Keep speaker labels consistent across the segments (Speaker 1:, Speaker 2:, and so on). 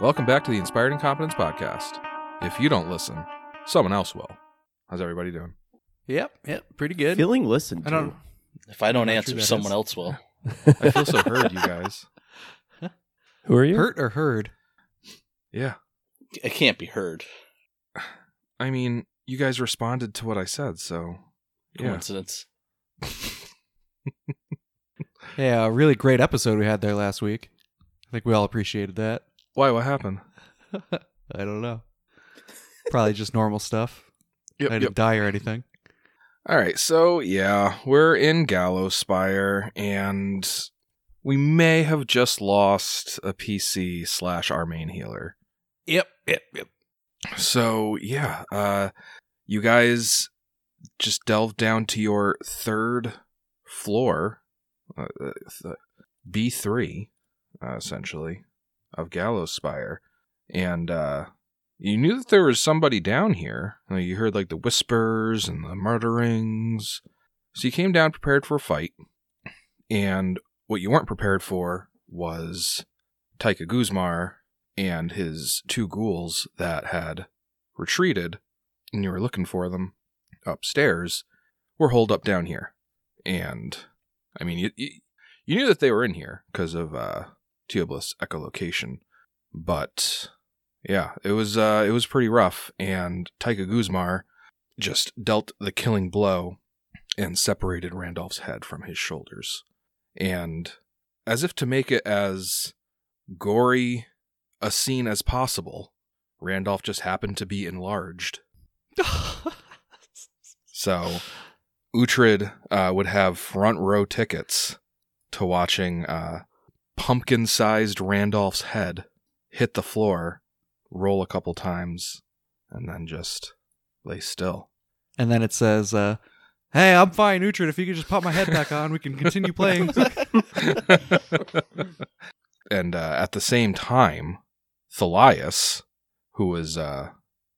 Speaker 1: Welcome back to the Inspired Incompetence Podcast. If you don't listen, someone else will. How's everybody doing?
Speaker 2: Yep, yep, pretty good.
Speaker 3: Feeling listened
Speaker 2: I
Speaker 3: to.
Speaker 2: don't.
Speaker 4: If I don't
Speaker 2: Not true,
Speaker 4: answer,
Speaker 2: that
Speaker 4: someone
Speaker 2: is.
Speaker 4: else will.
Speaker 1: I feel so heard, you guys.
Speaker 3: Who are you?
Speaker 2: Hurt or heard?
Speaker 1: Yeah.
Speaker 4: It can't be heard.
Speaker 1: I mean, you guys responded to what I said, so. Yeah.
Speaker 4: Coincidence.
Speaker 2: Yeah, a really great episode we had there last week. I think we all appreciated that.
Speaker 1: Why? What happened?
Speaker 2: I don't know. Probably just normal stuff.
Speaker 1: Yep,
Speaker 2: I didn't die or anything.
Speaker 1: All right, so yeah, we're in Gallows Spire, and we may have just lost a PC slash our main healer.
Speaker 2: Yep, yep, yep.
Speaker 1: So yeah, uh, you guys just delve down to your third floor, uh, uh, th- B three, uh, essentially, of Gallows Spire, and uh, you knew that there was somebody down here. You know, You heard like the whispers and the murderings, so you came down prepared for a fight, and what you weren't prepared for was Taika Guzmar and his two ghouls that had retreated and you were looking for them upstairs were holed up down here. And I mean, you, you, you knew that they were in here because of uh, Teoblis echolocation, but yeah, it was uh, it was pretty rough. And Taika Guzmar just dealt the killing blow and separated Randolph's head from his shoulders. And as if to make it as gory a scene as possible, Randolph just happened to be enlarged. So, Uhtred uh, would have front row tickets to watching uh, pumpkin sized Randolph's head hit the floor, roll a couple times, and then just lay still.
Speaker 2: And then it says, uh, "Hey, I'm fine, Uhtred. If you could just pop my head back on, we can continue playing."
Speaker 1: and uh, at the same time, Thalias, who was uh,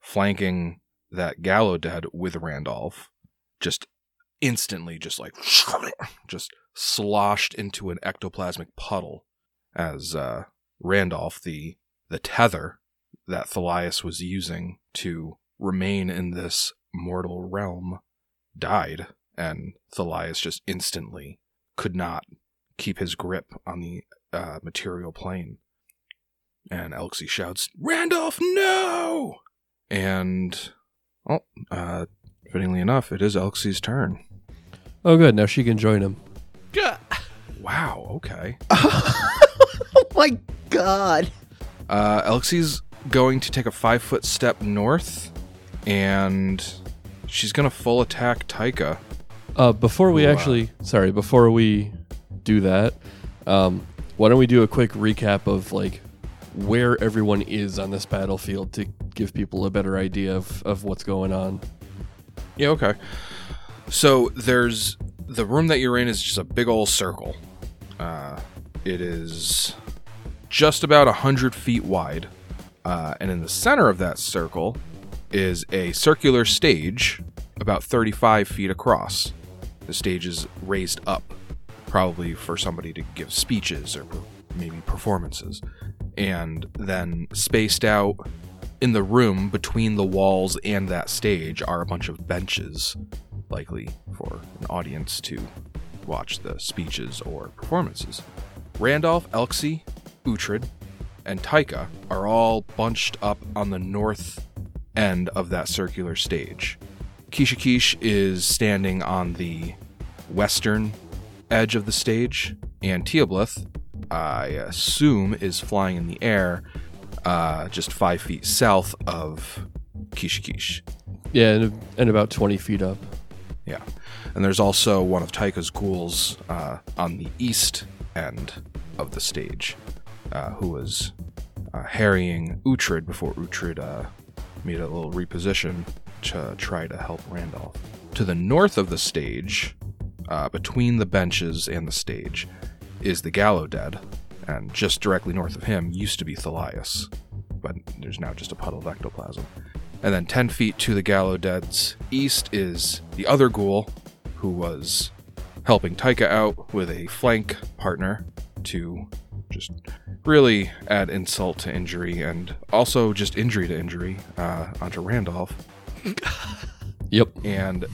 Speaker 1: flanking that gallow dead with Randolph, just instantly, just like, just sloshed into an ectoplasmic puddle as uh, Randolph, the the tether that Thalias was using to remain in this mortal realm, died, and Thalias just instantly could not keep his grip on the uh, material plane. And Elxie shouts, Randolph, no! And, oh, uh, fittingly enough, it is Elxie's turn.
Speaker 5: Oh, good. Now she can join him.
Speaker 1: Wow, okay.
Speaker 3: Oh my god.
Speaker 1: Uh, Elxie's going to take a five foot step north, and she's going to full attack Taika.
Speaker 5: Uh, before we
Speaker 1: Ooh, uh,
Speaker 5: actually, sorry, before we do that, um, why don't we do a quick recap of like where everyone is on this battlefield to give people a better idea of, of what's going on?
Speaker 1: Yeah, okay. So there's the room that you're in is just a big old circle. Uh, it is just about a hundred feet wide, uh, and in the center of that circle is a circular stage about 35 feet across. The stage is raised up, probably for somebody to give speeches or per- maybe performances, and then spaced out in the room between the walls and that stage are a bunch of benches, likely for an audience to watch the speeches or performances. Randolph, Elxie, Uhtred, and Taika are all bunched up on the north end of that circular stage. Kishikish is standing on the western edge of the stage, and Teoblith, I assume, is flying in the air uh, just five feet south of Kishikish.
Speaker 5: Yeah, and, and about 20 feet up.
Speaker 1: Yeah. And there's also one of Taika's ghouls uh, on the east end of the stage uh, who was uh, harrying Uhtred before Uhtred uh, made a little reposition to try to help Randolph. To the north of the stage, uh, between the benches and the stage, is the Gallow Dead. And just directly north of him used to be Thalias, but there's now just a puddle of ectoplasm. And then 10 feet to the Gallow Dead's east is the other ghoul, who was helping Taika out with a flank partner to just really add insult to injury and also just injury to injury uh, onto Randolph.
Speaker 5: Yep.
Speaker 1: And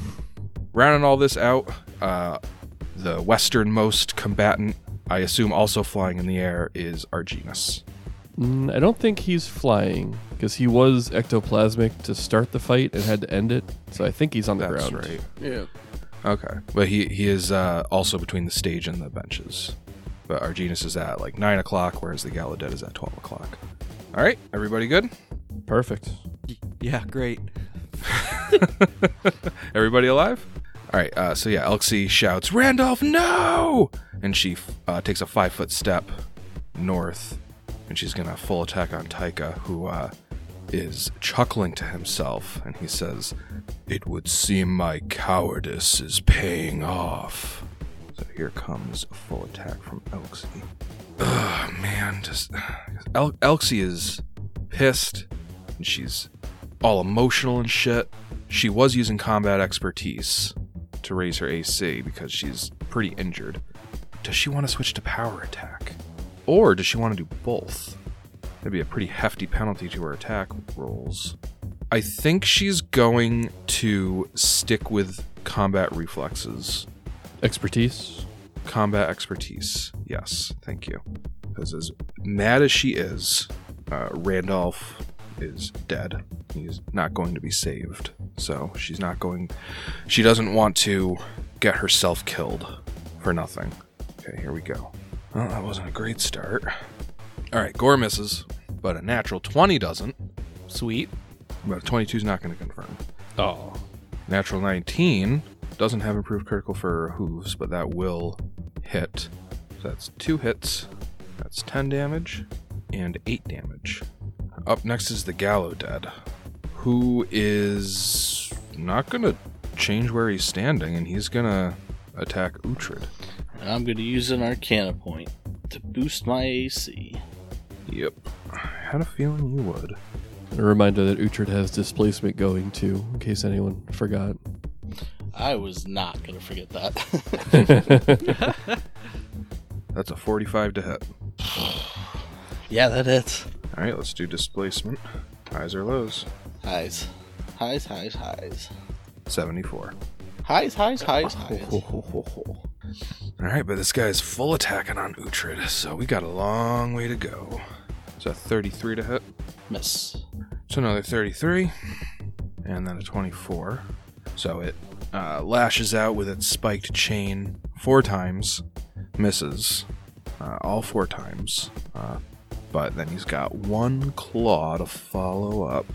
Speaker 1: rounding all this out, uh, the westernmost combatant, I assume also flying in the air, is Arginus.
Speaker 5: Mm, I don't think he's flying because he was ectoplasmic to start the fight and had to end it. So I think he's on the
Speaker 1: That's
Speaker 5: ground.
Speaker 1: right.
Speaker 4: Yeah.
Speaker 1: Okay. But he, he is uh, also between the stage and the benches. But Arginus is at like 9 o'clock, whereas the Gallaudet is at 12 o'clock. All right. Everybody good?
Speaker 5: Perfect.
Speaker 2: Yeah, great.
Speaker 1: Everybody alive? All right. Uh, so yeah, Elxie shouts, "Randolph, no!" And she uh, takes a five foot step north, and she's gonna full attack on Taika, who uh, is chuckling to himself, and he says, "It would seem my cowardice is paying off." So here comes a full attack from Elxie. Ugh, man, just El- Elxie is pissed, and she's all emotional and shit. She was using combat expertise to raise her AC because she's pretty injured. Does she want to switch to power attack? Or does she want to do both? That'd be a pretty hefty penalty to her attack rolls. I think she's going to stick with combat reflexes.
Speaker 5: Expertise.
Speaker 1: Combat expertise. Yes, thank you. Because as mad as she is, uh, Randolph is dead. He's not going to be saved. So she's not going. She doesn't want to get herself killed for nothing. Okay, here we go. Well, that wasn't a great start. All right, Gore misses, but a natural 20 doesn't.
Speaker 2: Sweet.
Speaker 1: But a 22 is not going to confirm.
Speaker 5: Oh.
Speaker 1: Natural 19 doesn't have improved critical for hooves, but that will hit. So that's two hits. That's 10 damage and 8 damage. Up next is the Gallow Dead, who is not going to change where he's standing and he's going to attack Uhtred.
Speaker 4: I'm going to use an Arcana point to boost my AC.
Speaker 1: Yep. I had a feeling you would.
Speaker 5: A reminder that Uhtred has displacement going too, in case anyone forgot.
Speaker 4: I was not going to forget that.
Speaker 1: That's a 45 to hit.
Speaker 4: yeah, that hits.
Speaker 1: All right, let's do displacement. Highs or lows?
Speaker 4: Highs. Highs, highs, highs.
Speaker 1: 74.
Speaker 4: Highs, highs, highs, highs.
Speaker 1: All right, but this guy's full attacking on Uhtred, so we got a long way to go. It's a 33 to hit.
Speaker 4: Miss.
Speaker 1: So another 33, and then a 24. So it uh, lashes out with its spiked chain four times, misses uh, all four times. Uh, but then he's got one claw to follow up.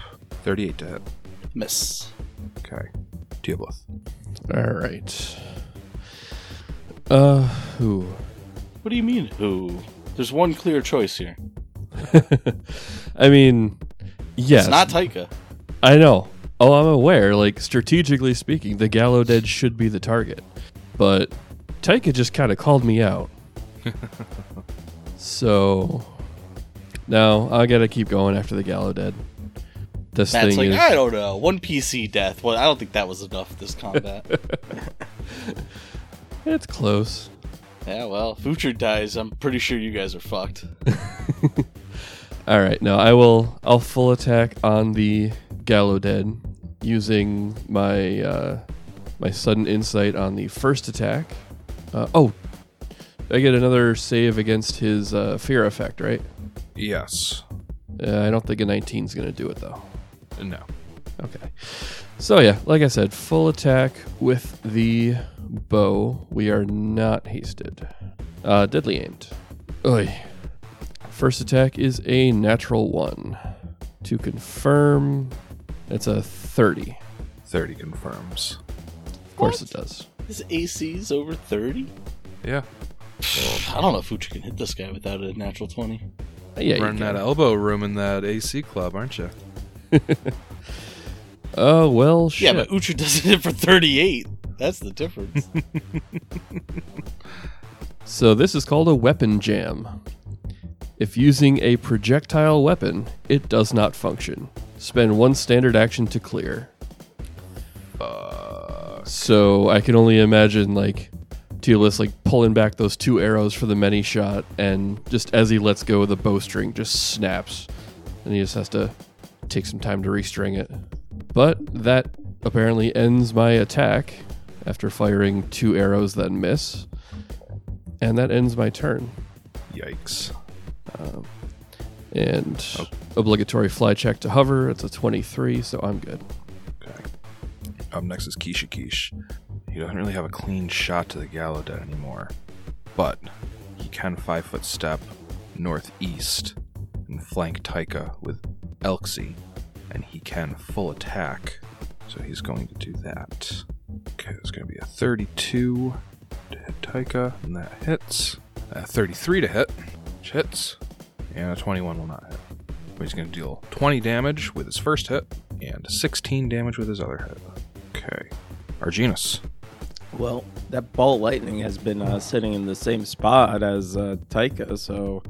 Speaker 1: 38 to hit.
Speaker 4: Miss.
Speaker 1: Okay. Diabloth.
Speaker 5: All right. Uh, who?
Speaker 4: What do you mean, who? There's one clear choice here.
Speaker 5: I mean, yes.
Speaker 4: It's not Taika.
Speaker 5: I know. Oh, I'm aware. Like strategically speaking, the Gallo Dead should be the target, but Taika just kind of called me out. so no, I gotta keep going after the Gallo Dead. This
Speaker 4: Matt's like,
Speaker 5: thing is
Speaker 4: I don't know. One PC death. Well, I don't think that was enough this combat.
Speaker 5: it's close.
Speaker 4: yeah, well, if Uhtred dies, I'm pretty sure you guys are fucked.
Speaker 5: All right, no, I will. I'll full attack on the Gallo Dead using my uh, my sudden insight on the first attack. Uh, oh, I get another save against his uh, fear effect, right?
Speaker 1: Yes.
Speaker 5: Uh, I don't think a 19 is going to do it though.
Speaker 1: No.
Speaker 5: Okay. So yeah, like I said, full attack with the bow. We are not hasted. Uh, deadly aimed. Oy. First attack is a natural one. To confirm, it's a 30.
Speaker 1: 30 confirms.
Speaker 5: Of course it does.
Speaker 4: His AC's over 30?
Speaker 1: Yeah.
Speaker 4: I don't know if Uhtred can hit this guy without a natural 20.
Speaker 5: Uh, Yeah. you
Speaker 1: Running
Speaker 5: can-
Speaker 1: that elbow room in that AC club, aren't you?
Speaker 5: Oh well, shit.
Speaker 4: Yeah, but Uhtred doesn't hit for 38. That's the difference.
Speaker 5: So this is called a weapon jam. If using a projectile weapon, it does not function. Spend one standard action to clear. So I can only imagine like Teolis like pulling back those two arrows for the many shot, and just as he lets go, the bowstring just snaps, and he just has to take some time to restring it. But that apparently ends my attack after firing two arrows that miss, and that ends my turn.
Speaker 1: Yikes.
Speaker 5: And Oh. obligatory fly check to hover. It's a 23, so I'm good.
Speaker 1: Up next is Kishikish. He doesn't really have a clean shot to the Gallaudet anymore, but he can five foot step northeast and flank Taika with Elxie, and he can full attack. So he's going to do that. Okay, it's going to be a 32 to hit Taika, and that hits. A 33 to hit, which hits, and a 21 will not hit. But he's going to deal 20 damage with his first hit and 16 damage with his other hit. Okay. Arginus.
Speaker 6: Well, that ball of lightning has been uh, sitting in the same spot as uh, Taika, so.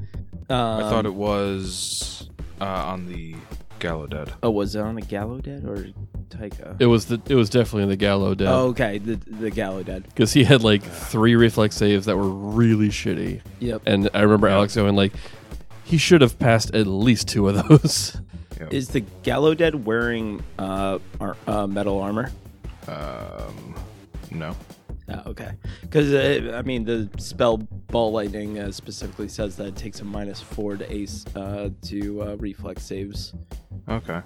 Speaker 6: Um,
Speaker 1: I thought it was uh, on the Gallaudet.
Speaker 6: Oh, was it on the Gallo Dead or Taika?
Speaker 5: It was the it was definitely the Gallo death.
Speaker 6: Oh, okay, the the Gallo Dead.
Speaker 5: because he had like three reflex saves that were really shitty.
Speaker 6: Yep.
Speaker 5: And I remember Alex going like, he should have passed at least two of those.
Speaker 6: Is the Gallo Dead wearing uh, ar- uh metal armor?
Speaker 1: Um, no.
Speaker 6: Oh, okay. Because uh, I mean, the spell ball lightning uh, specifically says that it takes a minus four to ace uh, to uh, reflex saves.
Speaker 1: Okay.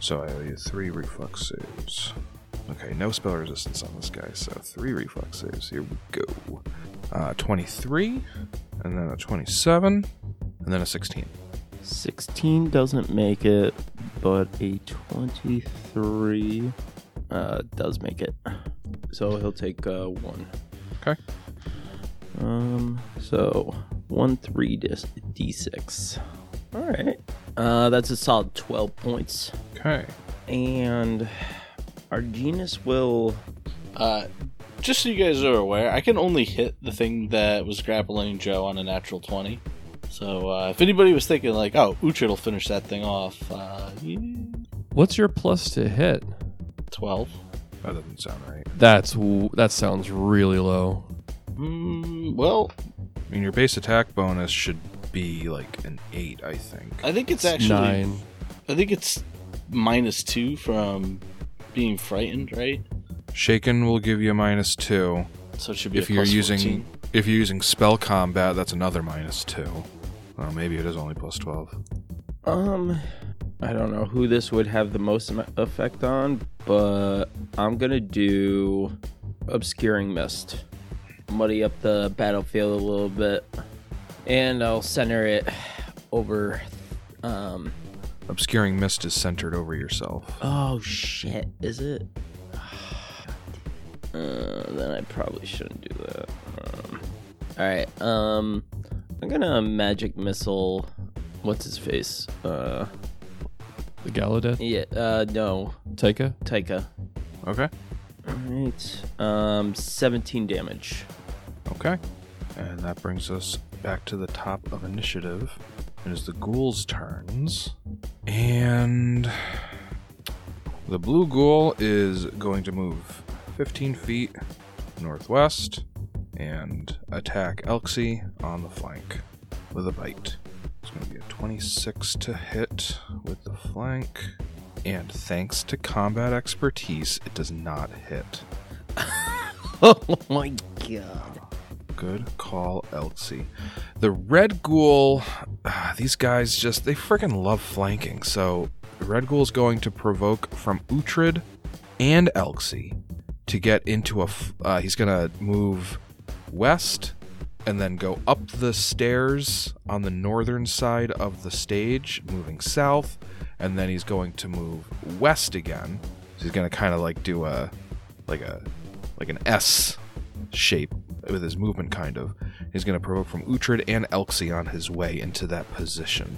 Speaker 1: So I owe you three reflex saves. Okay, no spell resistance on this guy, so three reflex saves. Here we go. Uh, 23, and then a 27, and then a 16.
Speaker 6: 16 doesn't make it, but a 23 uh, does make it. So he'll take uh, one.
Speaker 1: Okay.
Speaker 6: Um, so one three dis- d6. All right. Uh, that's a solid 12 points.
Speaker 1: Okay.
Speaker 6: And our genus will.
Speaker 4: Uh, just so you guys are aware, I can only hit the thing that was grappling Joe on a natural 20. So uh, if anybody was thinking, like, oh, Uchid will finish that thing off, uh, yeah,
Speaker 5: What's your plus to hit?
Speaker 4: 12.
Speaker 1: That doesn't sound right.
Speaker 5: That's w- that sounds really low.
Speaker 4: Mm, well,
Speaker 1: I mean, your base attack bonus should be like an 8, I think.
Speaker 4: I think it's actually.
Speaker 5: Nine.
Speaker 4: I think it's minus two from being frightened, right?
Speaker 1: Shaken will give you a minus 2.
Speaker 4: So it should be
Speaker 1: if
Speaker 4: a
Speaker 1: you're
Speaker 4: plus
Speaker 1: using
Speaker 4: 14.
Speaker 1: if you're using spell combat that's another minus two well maybe it is only plus 12
Speaker 6: Um, I don't know who this would have the most am- effect on, but I'm gonna do obscuring mist, muddy up the battlefield a little bit, and I'll center it over. Um.
Speaker 1: obscuring mist is centered over yourself
Speaker 6: Oh shit! Is it? Uh, then I probably shouldn't do that. Um, all right. Um, I'm gonna magic missile. What's his face? Uh,
Speaker 5: The Gallaudet.
Speaker 6: yeah. Uh, no,
Speaker 5: Taika.
Speaker 6: Taika.
Speaker 1: okay
Speaker 6: Alright. Um, 17 damage.
Speaker 1: okay and that brings us back to the top of initiative it is the ghoul's turns and the blue ghoul is going to move 15 feet northwest and attack elxie on the flank with a bite It's going to be a 26 to hit with the flank. And thanks to combat expertise, it does not hit.
Speaker 3: Oh my god.
Speaker 1: Good call, Elsie. The Red Ghoul, ah, these guys just, they freaking love flanking. So, Red Ghoul's going to provoke from Uhtred and Elsie to get into a. F- uh, he's going to move west and then go up the stairs on the northern side of the stage, moving south, and then he's going to move west again. So he's going to kind of like do a like a like an S shape with his movement kind of. He's going to provoke from Uhtred and Elxie on his way into that position.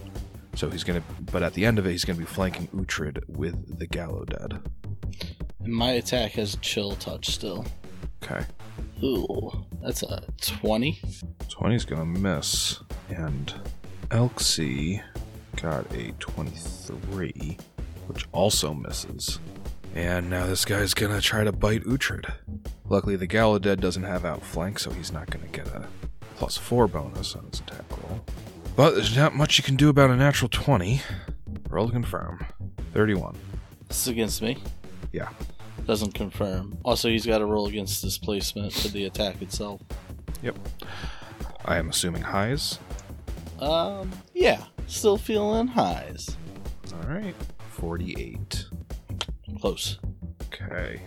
Speaker 1: So he's going to but at the end of it he's going to be flanking Uhtred with the Gallo Dead.
Speaker 4: And my attack has chill touch still.
Speaker 1: Okay.
Speaker 4: Ooh, that's a 20.
Speaker 1: 20's gonna miss. And Elxie got a 23, which also misses. And now this guy's gonna try to bite Uhtred. Luckily, the Gallaudet doesn't have outflank, so he's not going to get a plus four bonus on his attack roll. But there's not much you can do about a natural 20. Roll to confirm. 31.
Speaker 4: This is against me.
Speaker 1: Yeah.
Speaker 4: Doesn't confirm. Also, he's got to roll against displacement for the attack itself.
Speaker 1: I am assuming highs.
Speaker 4: Um, yeah, still feeling highs.
Speaker 1: All right. 48.
Speaker 4: Close.
Speaker 1: Okay.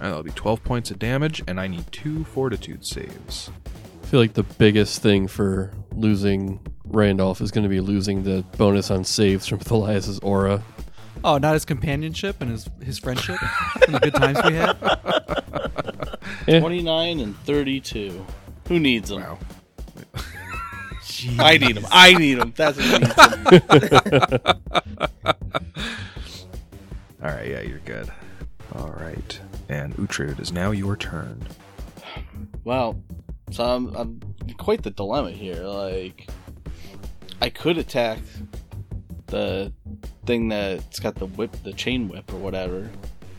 Speaker 1: And that'll be 12 points of damage, and I need two fortitude saves.
Speaker 5: I feel like the biggest thing for losing Randolph is going to be losing the bonus on saves from Thelias's aura.
Speaker 2: Oh, not his companionship and his his friendship and the good times we had.
Speaker 4: 29 and 32. Who needs them?
Speaker 1: Wow.
Speaker 4: I need them. I need them. That's what needs 'em.
Speaker 1: All right, yeah, you're good. All right. And Uhtred, it is now your turn.
Speaker 4: Well, so I'm, I'm in quite the dilemma here. Like, I could attack the thing that's got the whip, the chain whip or whatever,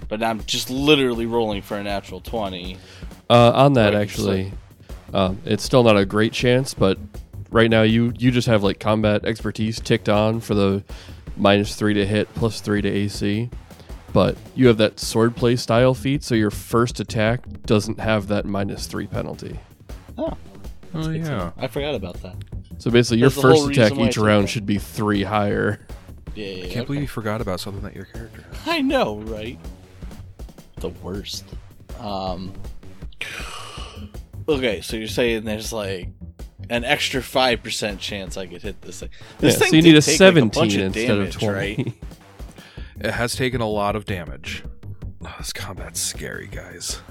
Speaker 4: but I'm just literally rolling for a natural 20.
Speaker 5: Uh, on that,
Speaker 4: Right,
Speaker 5: actually, um, it's still not a great chance, but right now you you just have like combat expertise ticked on for the minus three to hit, plus three to AC. But you have that swordplay style feat, so your first attack doesn't have that minus three penalty.
Speaker 4: Oh,
Speaker 1: Oh, yeah.
Speaker 4: I forgot about that.
Speaker 5: So basically, your
Speaker 4: That's the whole
Speaker 5: first attack
Speaker 4: reason why
Speaker 5: each
Speaker 4: I took
Speaker 5: round
Speaker 4: that.
Speaker 5: should be three higher.
Speaker 4: Yeah, yeah,
Speaker 1: I
Speaker 4: yeah,
Speaker 1: can't believe
Speaker 4: okay.
Speaker 1: you forgot about something that your character has.
Speaker 4: I know, right? The worst. Um. Okay, so you're saying there's like an extra five percent chance I could hit this thing. This
Speaker 5: Yeah,
Speaker 4: thing
Speaker 5: so you need
Speaker 4: did
Speaker 5: a
Speaker 4: take, like,
Speaker 5: seventeen
Speaker 4: bunch
Speaker 5: instead
Speaker 4: damage,
Speaker 5: of twenty.
Speaker 4: right?
Speaker 1: It has taken a lot of damage. Oh, this combat's scary, guys.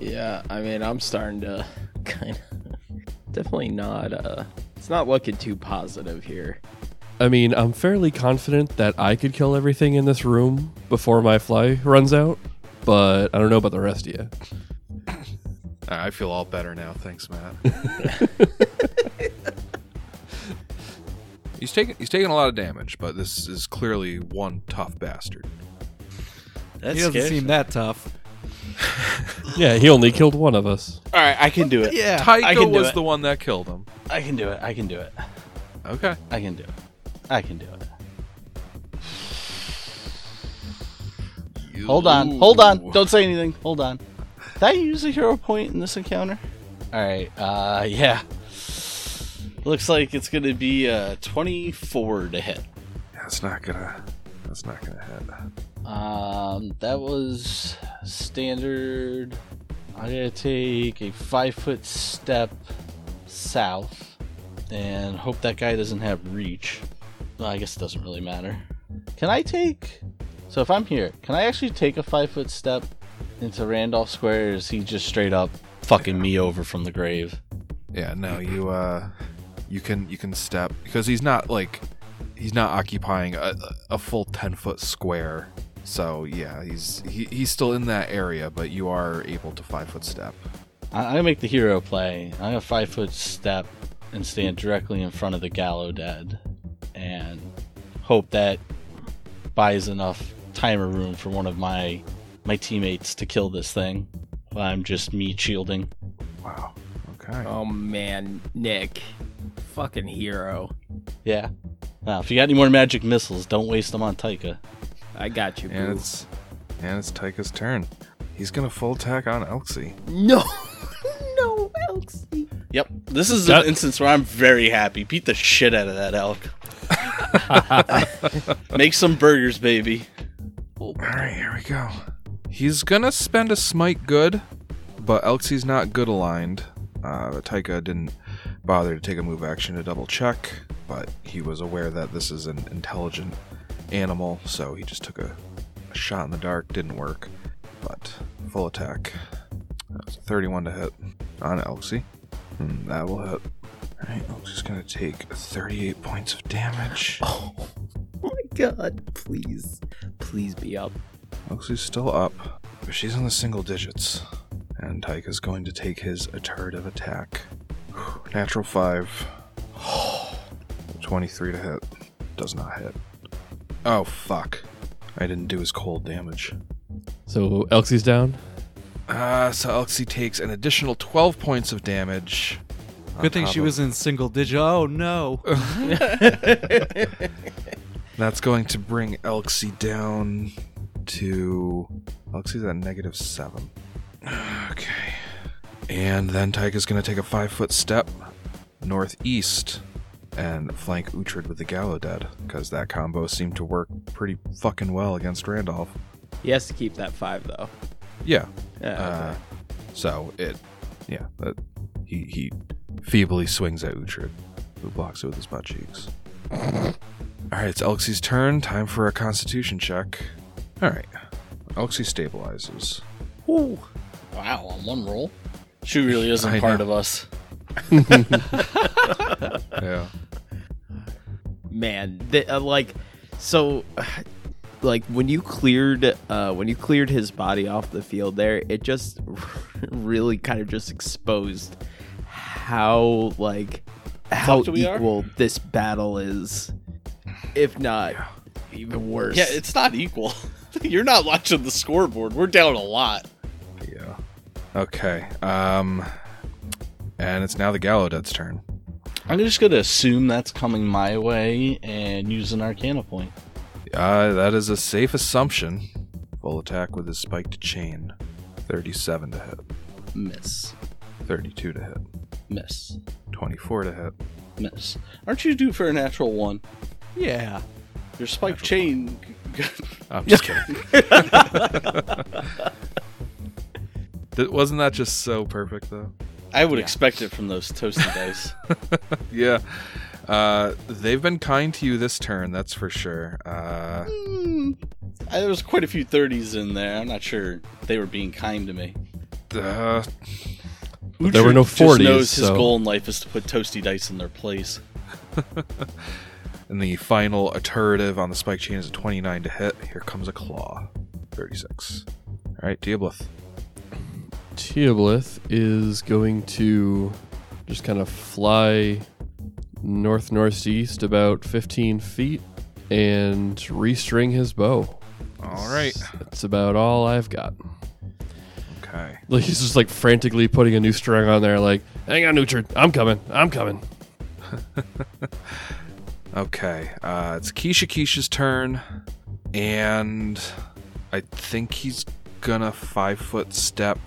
Speaker 6: Yeah, I mean, I'm starting to kind of definitely not. uh It's not looking too positive here.
Speaker 5: I mean, I'm fairly confident that I could kill everything in this room before my fly runs out, but I don't know about the rest of you.
Speaker 1: I feel all better now. Thanks, Matt. he's taking he's taking a lot of damage, but this is clearly one tough bastard.
Speaker 4: That's
Speaker 2: he doesn't
Speaker 4: scary.
Speaker 2: seem that tough.
Speaker 5: Yeah, he only killed one of us.
Speaker 4: All right, I can do it.
Speaker 2: Yeah.
Speaker 4: I
Speaker 1: Tycho
Speaker 4: can do
Speaker 1: was
Speaker 4: it.
Speaker 1: the one that killed him.
Speaker 4: I can do it. I can do it.
Speaker 1: Okay.
Speaker 4: I can do it. I can do it. Hold on. Hold on. Don't say anything. Hold on. Did I use a hero point in this encounter? All right. Uh, yeah. Looks like it's gonna be a twenty-four to hit.
Speaker 1: That's not gonna. That's not gonna hit.
Speaker 4: Um, that was standard. I'm gonna take a five-foot step south and hope that guy doesn't have reach. Well, I guess it doesn't really matter. Can I take? So if I'm here, can I actually take a five-foot step into Randolph Square? Or is he just straight up fucking me over from the grave?
Speaker 1: Yeah. No. You. Uh. You can. You can step because he's not like. He's not occupying a, a full ten foot square. So yeah, he's he, he's still in that area, but you are able to five foot step.
Speaker 4: I- I'm gonna make the hero play. I'm gonna five foot step and stand directly in front of the gallow dead and hope that buys enough timer room for one of my my teammates to kill this thing. While I'm just me shielding.
Speaker 1: Wow. Okay.
Speaker 6: Oh man, Nick, fucking hero.
Speaker 4: Yeah. Now, if you got any more magic missiles, don't waste them on Taika.
Speaker 6: I got you,
Speaker 1: And
Speaker 6: boo.
Speaker 1: it's and it's Tyka's turn. He's gonna full attack on Elxie.
Speaker 6: No, no, Elxie.
Speaker 4: Yep. This is
Speaker 5: That-
Speaker 4: an instance where I'm very happy. Beat the shit out of that elk. Make some burgers, baby.
Speaker 1: Alright, here we go. He's gonna spend a smite good, but Elxie's not good aligned. Uh Tyka didn't bother to take a move action to double check, but he was aware that this is an intelligent animal, so he just took a, a shot in the dark, didn't work. But full attack. That's 31 to hit on Elxie. And Hmm, that will hit. Alright, Elxie's gonna take 38 points of damage.
Speaker 6: Oh my god, please, please be up.
Speaker 1: Oxy's still up, but she's in the single digits. And Tyke is going to take his alternative attack. Natural 5. 23 to hit. Does not hit. Oh, fuck. I didn't do his cold damage.
Speaker 5: So Elxie's down.
Speaker 1: Uh, so Elxie takes an additional 12 points of damage. on
Speaker 2: Good thing
Speaker 1: top
Speaker 2: she
Speaker 1: of-
Speaker 2: was in single digit. Oh no.
Speaker 1: That's going to bring Elxie down to. Elxie's at negative seven. Okay. And then Tyke is going to take a five foot step northeast and flank Uhtred with the Gallow Dead, because that combo seemed to work pretty fucking well against Randolph.
Speaker 6: He has to keep that five though.
Speaker 1: Yeah.
Speaker 6: Yeah,
Speaker 1: Uh, so it. Yeah. That, he, he feebly swings at Uhtred, who blocks it with his butt cheeks. Alright, it's Elxie's turn. Time for a constitution check. Alright. Elxie stabilizes.
Speaker 4: Wow, on one roll. She really isn't
Speaker 1: I
Speaker 4: part
Speaker 1: know.
Speaker 4: of us.
Speaker 1: Yeah.
Speaker 6: man th- uh, like so like when you cleared uh when you cleared his body off the field there it just really kind of just exposed how like how
Speaker 4: Fucked we are?
Speaker 6: equal this battle is if not even worse
Speaker 4: Yeah, it's not equal. You're not watching the scoreboard. We're down a lot.
Speaker 1: Yeah. Okay. Um and it's now the Gallo Dead's turn.
Speaker 4: I'm just gonna assume that's coming my way and use an Arcana point.
Speaker 1: Uh that is a safe assumption. Full attack with his spiked chain. 37 to hit.
Speaker 4: Miss,
Speaker 1: 32 to hit.
Speaker 4: miss,
Speaker 1: 24 to hit.
Speaker 4: miss. Aren't you due for a natural one?
Speaker 2: yeah.
Speaker 4: Your spike chain.
Speaker 1: I'm just kidding. That- Wasn't that just so perfect though?
Speaker 4: I would expect it from those toasty dice.
Speaker 1: Yeah. Uh, they've been kind to you this turn, that's for sure. Uh,
Speaker 4: Hmm. Uh, There was quite a few 30s in there. I'm not sure they were being kind to me.
Speaker 1: uh,
Speaker 5: But there were no
Speaker 4: Uhtred just
Speaker 5: 40s,
Speaker 4: knows his
Speaker 5: so-
Speaker 4: goal in life is to put toasty dice in their place.
Speaker 1: and the final iterative on the spike chain is a 29 to hit. Here comes a claw. 36. All right, Diablith.
Speaker 5: Teoblith is going to just kind of fly north northeast about 15 feet and restring his bow.
Speaker 1: All right.
Speaker 5: That's about all I've got.
Speaker 1: Okay.
Speaker 5: Like he's just like frantically putting a new string on there, like, hang on, Neutron, I'm coming, I'm coming.
Speaker 1: Okay. Uh, it's Keisha Keisha's turn, and I think he's gonna five foot step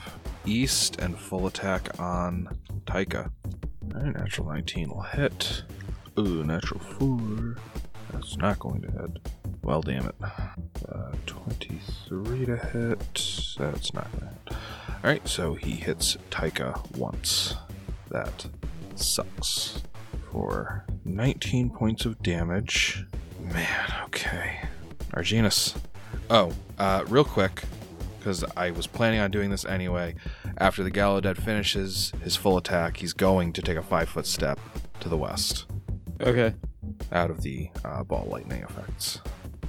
Speaker 1: east and full attack on Taika. All right, natural 19 will hit. Ooh, natural 4. That's not going to hit. Well, damn it. Uh, 23 to hit. That's not going to hit. All right, so he hits Taika once. That sucks for 19 points of damage. Man, okay. Arginus. Oh, uh, real quick, because I was planning on doing this anyway. After the Gallaudet finishes his full attack, he's going to take a five foot step to the west
Speaker 6: okay
Speaker 1: out of the uh, ball lightning effects.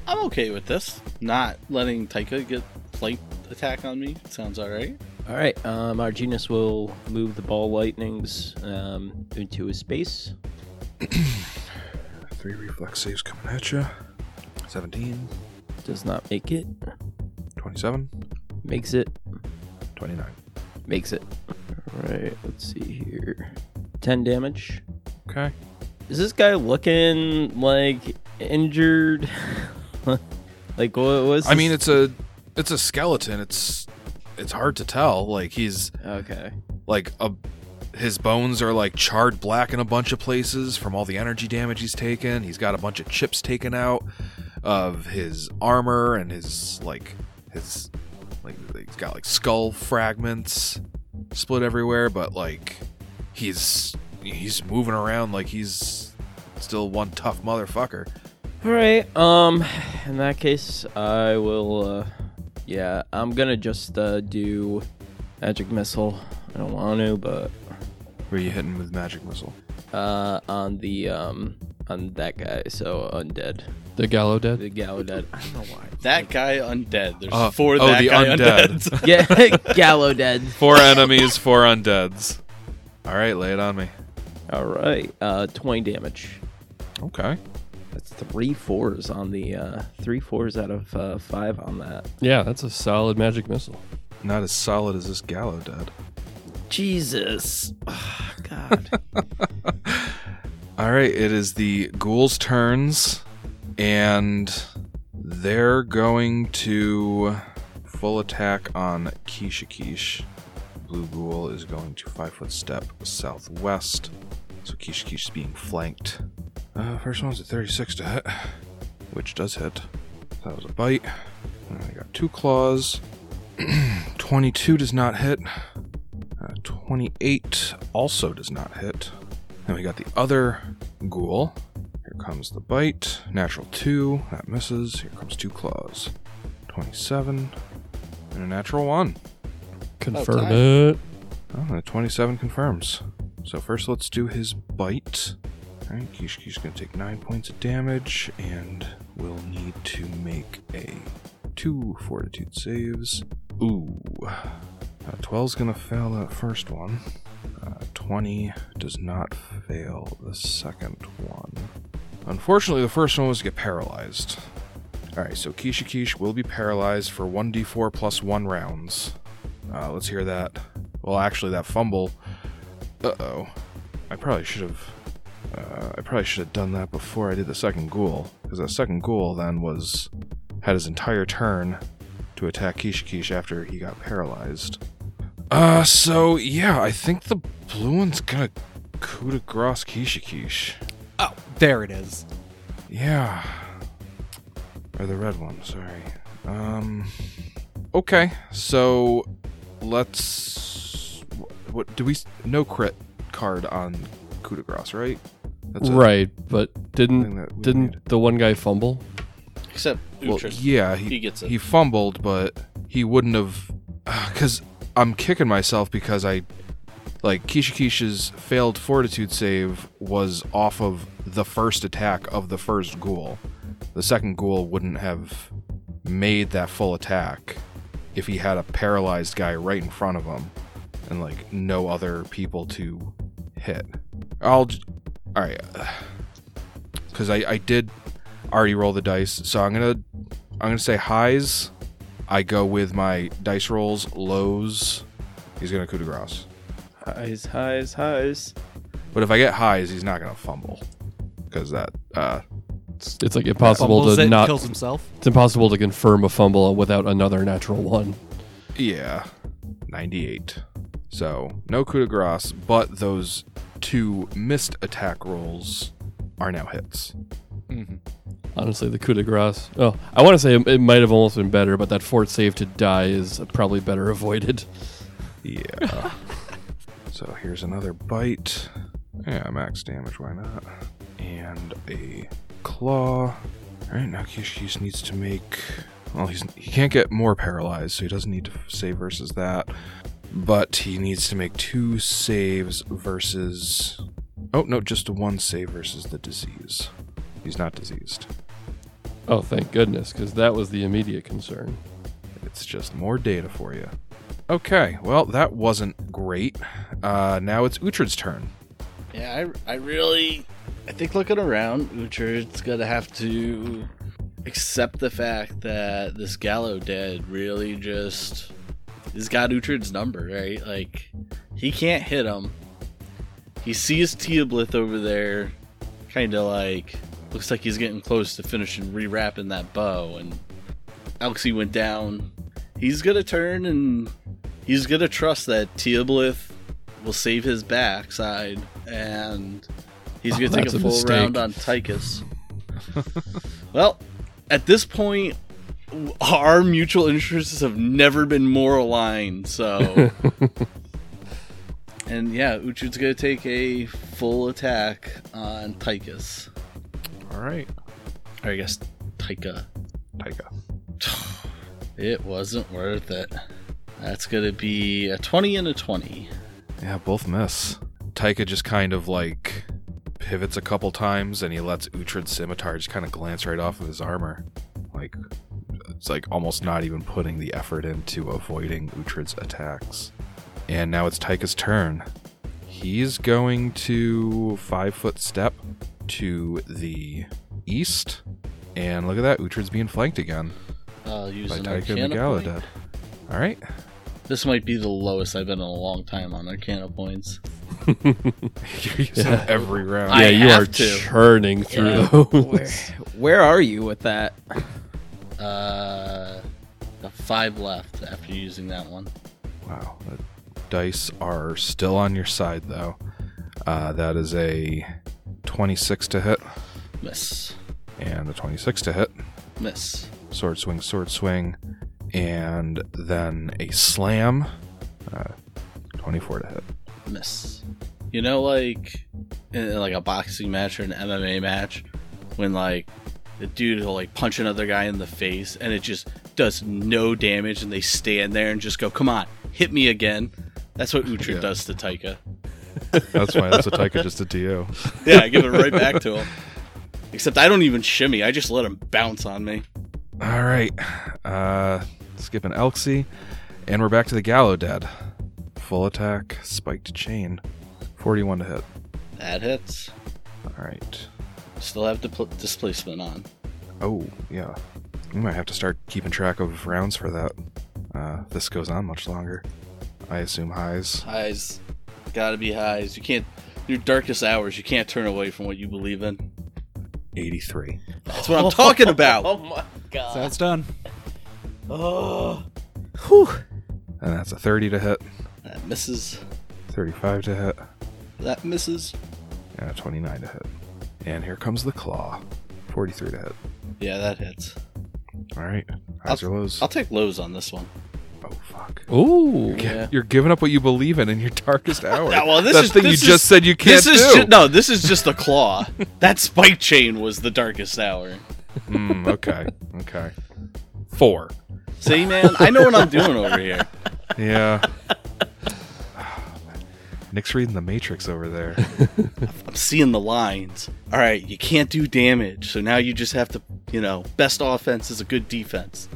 Speaker 4: I'm okay with this. Not letting Taika get flank attack on me sounds alright.
Speaker 6: all right um our genius will move the ball lightnings um into his space
Speaker 1: Three reflex saves coming at you 17,
Speaker 6: does not make it
Speaker 1: 27,
Speaker 6: makes it
Speaker 1: 29.
Speaker 6: makes it. All right, let's see here. 10 damage.
Speaker 1: Okay.
Speaker 6: Is this guy looking like injured? like what was
Speaker 1: I mean, it's a it's a skeleton. It's it's hard to tell. Like he's
Speaker 6: okay.
Speaker 1: like a his bones are like charred black in a bunch of places from all the energy damage he's taken. He's got a bunch of chips taken out of his armor and his like his like he's got like skull fragments split everywhere, but like he's he's moving around like he's still one tough motherfucker.
Speaker 6: All right. Um in that case, I will uh yeah, I'm going to just uh do magic missile. I don't want to, but
Speaker 1: Who are you hitting with magic missile?
Speaker 6: uh on the um on that guy, so undead.
Speaker 5: The Gallo dead.
Speaker 6: The Gallo dead. I don't know why.
Speaker 4: That guy undead. There's
Speaker 1: Uh,
Speaker 4: four
Speaker 1: oh,
Speaker 4: that
Speaker 1: the
Speaker 4: guy
Speaker 1: undead.
Speaker 4: undead.
Speaker 6: Yeah, Gallo dead.
Speaker 1: Four enemies, four undeads. All right, lay it on me.
Speaker 6: All right. Uh 20 damage.
Speaker 1: Okay.
Speaker 6: That's three fours on the uh, three fours out of uh, five on that.
Speaker 5: Yeah, that's a solid magic missile.
Speaker 1: Not as solid as this Gallo did.
Speaker 6: Jesus. Ah, God.
Speaker 1: All right, it is the ghouls' turns, and they're going to full attack on Kishikish. Blue ghoul is going to five foot step southwest, so Kishikish is being flanked. Uh, first one's a 36 to hit, which does hit. That was a bite. And I got two claws. 22 does not hit. Uh, 28 also does not hit. Then we got the other ghoul. Here comes the bite. Natural 2. That misses. Here comes two claws. 27. And a natural 1.
Speaker 5: Confirm
Speaker 4: time.
Speaker 5: it.
Speaker 1: Oh, and a 27 confirms. So first let's do his bite. Alright, Kishki's gonna take 9 points of damage and will need to make a 2 fortitude saves. Ooh. Uh, 12's gonna fail that first one. Uh, 20 does not fail the second one. Unfortunately, the first one was to get paralyzed. Alright, so Kishikish will be paralyzed for 1d4 plus 1 rounds. Uh, let's hear that. Well, actually, that fumble. Uh oh. I probably should have. Uh, I probably should have done that before I did the second ghoul, because that second ghoul then was had his entire turn to attack Kishikish after he got paralyzed. Uh, so yeah, I think the blue one's gonna coup de grace Kishikish.
Speaker 2: Oh, there it is.
Speaker 1: Yeah. Or the red one, sorry. Um Okay, so let's wh- what do we s- no crit card on coup de grace, right? That's a
Speaker 5: Right, but
Speaker 1: thing
Speaker 5: didn't
Speaker 1: that we
Speaker 5: didn't
Speaker 1: need.
Speaker 5: the one guy fumble?
Speaker 4: Except
Speaker 1: well,
Speaker 4: Utris.
Speaker 1: yeah, he,
Speaker 4: He gets it.
Speaker 1: He fumbled, but he wouldn't have cuz I'm kicking myself because I like Kishikisha's failed fortitude save was off of the first attack of the first ghoul. The second ghoul wouldn't have made that full attack if he had a paralyzed guy right in front of him and like no other people to hit. I'll j- all right because I, I did already roll the dice, so I'm gonna I'm gonna say highs. I go with my dice rolls. Lows, he's gonna coup de grace.
Speaker 6: highs, highs, highs.
Speaker 1: But if I get highs, he's not gonna fumble because that uh,
Speaker 5: It's, it's like impossible
Speaker 2: Fumbles it
Speaker 5: to
Speaker 2: and
Speaker 5: not.
Speaker 2: kills himself.
Speaker 5: It's impossible to confirm a fumble without another natural one.
Speaker 1: Yeah, 98. So, no coup de grace, but those two missed attack rolls are now hits.
Speaker 5: Honestly, the coup de grace. Oh, I want to say it, it might have almost been better, but that fort save to die is probably better avoided.
Speaker 1: Yeah. so, here's another bite. Yeah, max damage, why not? And a claw. Alright, now Kishkis needs to make. Well, he's, he can't get more paralyzed, so he doesn't need to save versus that. But he needs to make two saves versus. Oh, no, just one save versus the disease. He's not diseased.
Speaker 5: Oh, thank goodness, because that was the immediate concern.
Speaker 1: It's just more data for you. Okay, well, that wasn't great. Uh, now it's Uhtred's turn.
Speaker 4: Yeah, I, I really, I think looking around, Uhtred's gonna have to accept the fact that this Gallo dead really just has got Uhtred's number, right? Like, he can't hit him. He sees Teoblith over there, kind of like, looks like he's getting close to finishing rewrapping that bow, and Alexi went down. He's gonna turn and he's gonna trust that Teoblith will save his backside, and he's gonna
Speaker 5: Oh,
Speaker 4: take
Speaker 5: that's
Speaker 4: a
Speaker 5: a
Speaker 4: full
Speaker 5: mistake.
Speaker 4: round on Tychus. well, at this point, w- our mutual interests have never been more aligned, so. And yeah, Uchud's gonna take a full attack on Tychus.
Speaker 1: All right,
Speaker 4: Or I guess Tyka.
Speaker 1: Taika.
Speaker 4: It wasn't worth it. That's gonna be a 20 and a 20.
Speaker 1: Yeah, both miss. Taika just kind of like pivots a couple times and he lets Uhtred's scimitar just kind of glance right off of his armor. Like, it's like almost not even putting the effort into avoiding Uhtred's attacks. And now it's Taika's turn. He's going to five foot step to the east. And look at that, Uhtred's being flanked again
Speaker 4: I'll use
Speaker 1: by
Speaker 4: an
Speaker 1: Taika
Speaker 4: Arcana
Speaker 1: and the Gallaudet.
Speaker 4: point.
Speaker 1: All right.
Speaker 4: This might be the lowest I've been in a long time on Arcana points.
Speaker 1: You're using
Speaker 5: Yeah.
Speaker 1: every round.
Speaker 4: I
Speaker 5: yeah, you
Speaker 4: have
Speaker 5: are
Speaker 4: to.
Speaker 5: churning through
Speaker 4: Yeah.
Speaker 6: Where,
Speaker 5: those.
Speaker 6: where are you with that?
Speaker 4: Uh, got five left after using that one.
Speaker 1: Wow. The dice are still on your side, though. Uh, that is a 26 to hit
Speaker 4: Miss,
Speaker 1: and a 26 to hit.
Speaker 4: miss.
Speaker 1: Sword swing, sword swing, and then a slam. Uh, 24 to hit.
Speaker 4: miss. You know, like in like a boxing match or an MMA match, when like the dude will like punch another guy in the face and it just does no damage, and they stand there and just go, "Come on, hit me again." That's what Uhtred
Speaker 1: Yeah.
Speaker 4: does to Taika.
Speaker 1: That's why that's a Taika just a DO.
Speaker 4: Yeah, I give it right back to him. Except I don't even shimmy; I just let him bounce on me.
Speaker 1: All right. Uh, skipping Elxie, and we're back to the Gallo Dead. Full attack, spiked chain. 41 to hit.
Speaker 4: That hits.
Speaker 1: All right.
Speaker 4: Still have dipl- displacement on.
Speaker 1: Oh, yeah. We might have to start keeping track of rounds for that. Uh, this goes on much longer. I assume highs.
Speaker 4: Highs, gotta be highs. You can't. Your darkest hours. You can't turn away from what you believe in.
Speaker 1: 83.
Speaker 4: That's what I'm talking about.
Speaker 6: Oh my god.
Speaker 2: So that's done.
Speaker 1: And that's a 30 to hit,
Speaker 4: That misses.
Speaker 1: 35 to hit,
Speaker 4: That misses.
Speaker 1: and a 29 to hit. And here comes the claw. 43 to hit.
Speaker 4: Yeah, that hits.
Speaker 1: All right. Highs or lows?
Speaker 4: I'll take lows on this one.
Speaker 1: oh, fuck.
Speaker 5: Ooh.
Speaker 6: Yeah.
Speaker 1: You're giving up what you believe in in your darkest hour.
Speaker 4: Yeah, well, this
Speaker 1: that
Speaker 4: is-
Speaker 1: thing you
Speaker 4: this
Speaker 1: just
Speaker 4: is-
Speaker 1: said you can't
Speaker 4: this is
Speaker 1: do.
Speaker 4: ju- no, this is just the claw. that spike chain was the darkest hour.
Speaker 1: Hmm, okay. Okay. Four.
Speaker 4: See, man, I know what I'm doing over here.
Speaker 1: Yeah. Nick's reading the Matrix over there.
Speaker 4: I'm seeing the lines. All right, you can't do damage, so now you just have to, you know, best offense is a good defense.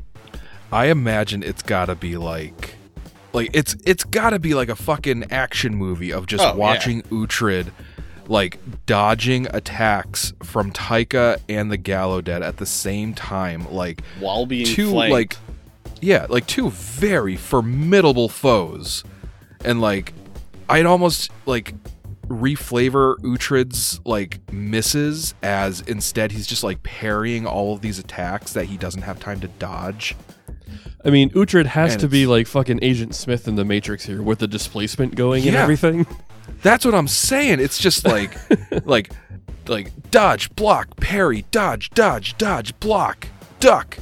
Speaker 1: I imagine it's gotta be like like it's it's gotta be like a fucking action movie of just
Speaker 4: Oh, yeah.
Speaker 1: watching Uhtred like dodging attacks from Taika and the Gallo Dead at the same time. Like
Speaker 4: While being
Speaker 1: two
Speaker 4: flanked.
Speaker 1: like yeah, like two very formidable foes. And like I'd almost like reflavor Uhtred's like misses as instead he's just like parrying all of these attacks that he doesn't have time to dodge.
Speaker 5: I mean, Uhtred has
Speaker 1: And
Speaker 5: to be
Speaker 1: it's-
Speaker 5: like fucking Agent Smith in the Matrix here with the displacement going and
Speaker 1: Yeah.
Speaker 5: everything.
Speaker 1: That's what I'm saying. It's just like, like, like dodge, block, parry, dodge, dodge, dodge, block, duck.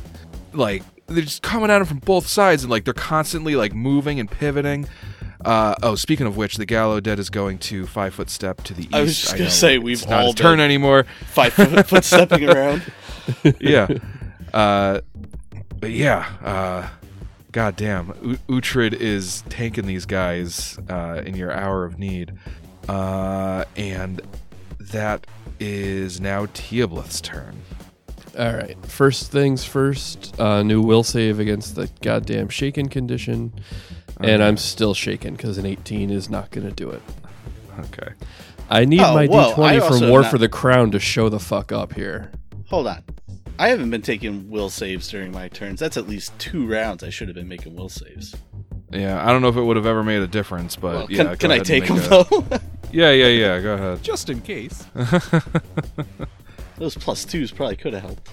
Speaker 1: Like they're just coming at him from both sides, and like they're constantly like moving and pivoting. Uh, oh, speaking of which, the Gallo Dead is going to five foot step to the east.
Speaker 4: I was just gonna
Speaker 1: know
Speaker 4: say, we've
Speaker 1: it's not
Speaker 4: all
Speaker 1: his turn
Speaker 4: been-
Speaker 1: anymore.
Speaker 4: five foot, foot stepping around.
Speaker 1: yeah. Uh, but yeah. Uh, God damn. U- Uhtred is tanking these guys uh, in your hour of need. Uh, and that is now Teoblith's turn.
Speaker 5: All right. First things first. Uh, new will save against the goddamn shaken condition, and I'm still shaken because an 18 is not gonna do it.
Speaker 1: Okay.
Speaker 5: I need
Speaker 4: Oh,
Speaker 5: my
Speaker 4: whoa, I
Speaker 5: D20
Speaker 4: also
Speaker 5: from War
Speaker 4: not-
Speaker 5: for the Crown to show the fuck up here.
Speaker 4: Hold on. I haven't been taking will saves during my turns. That's at least two rounds I should have been making will saves.
Speaker 1: Yeah, I don't know if it would have ever made a difference, but
Speaker 4: Well,
Speaker 1: yeah.
Speaker 4: can
Speaker 1: go
Speaker 4: can I
Speaker 1: ahead and
Speaker 4: take
Speaker 1: make
Speaker 4: them
Speaker 1: a-
Speaker 4: though?
Speaker 1: Yeah, yeah, yeah. Go ahead.
Speaker 2: Just in case.
Speaker 4: Those plus twos probably could have helped.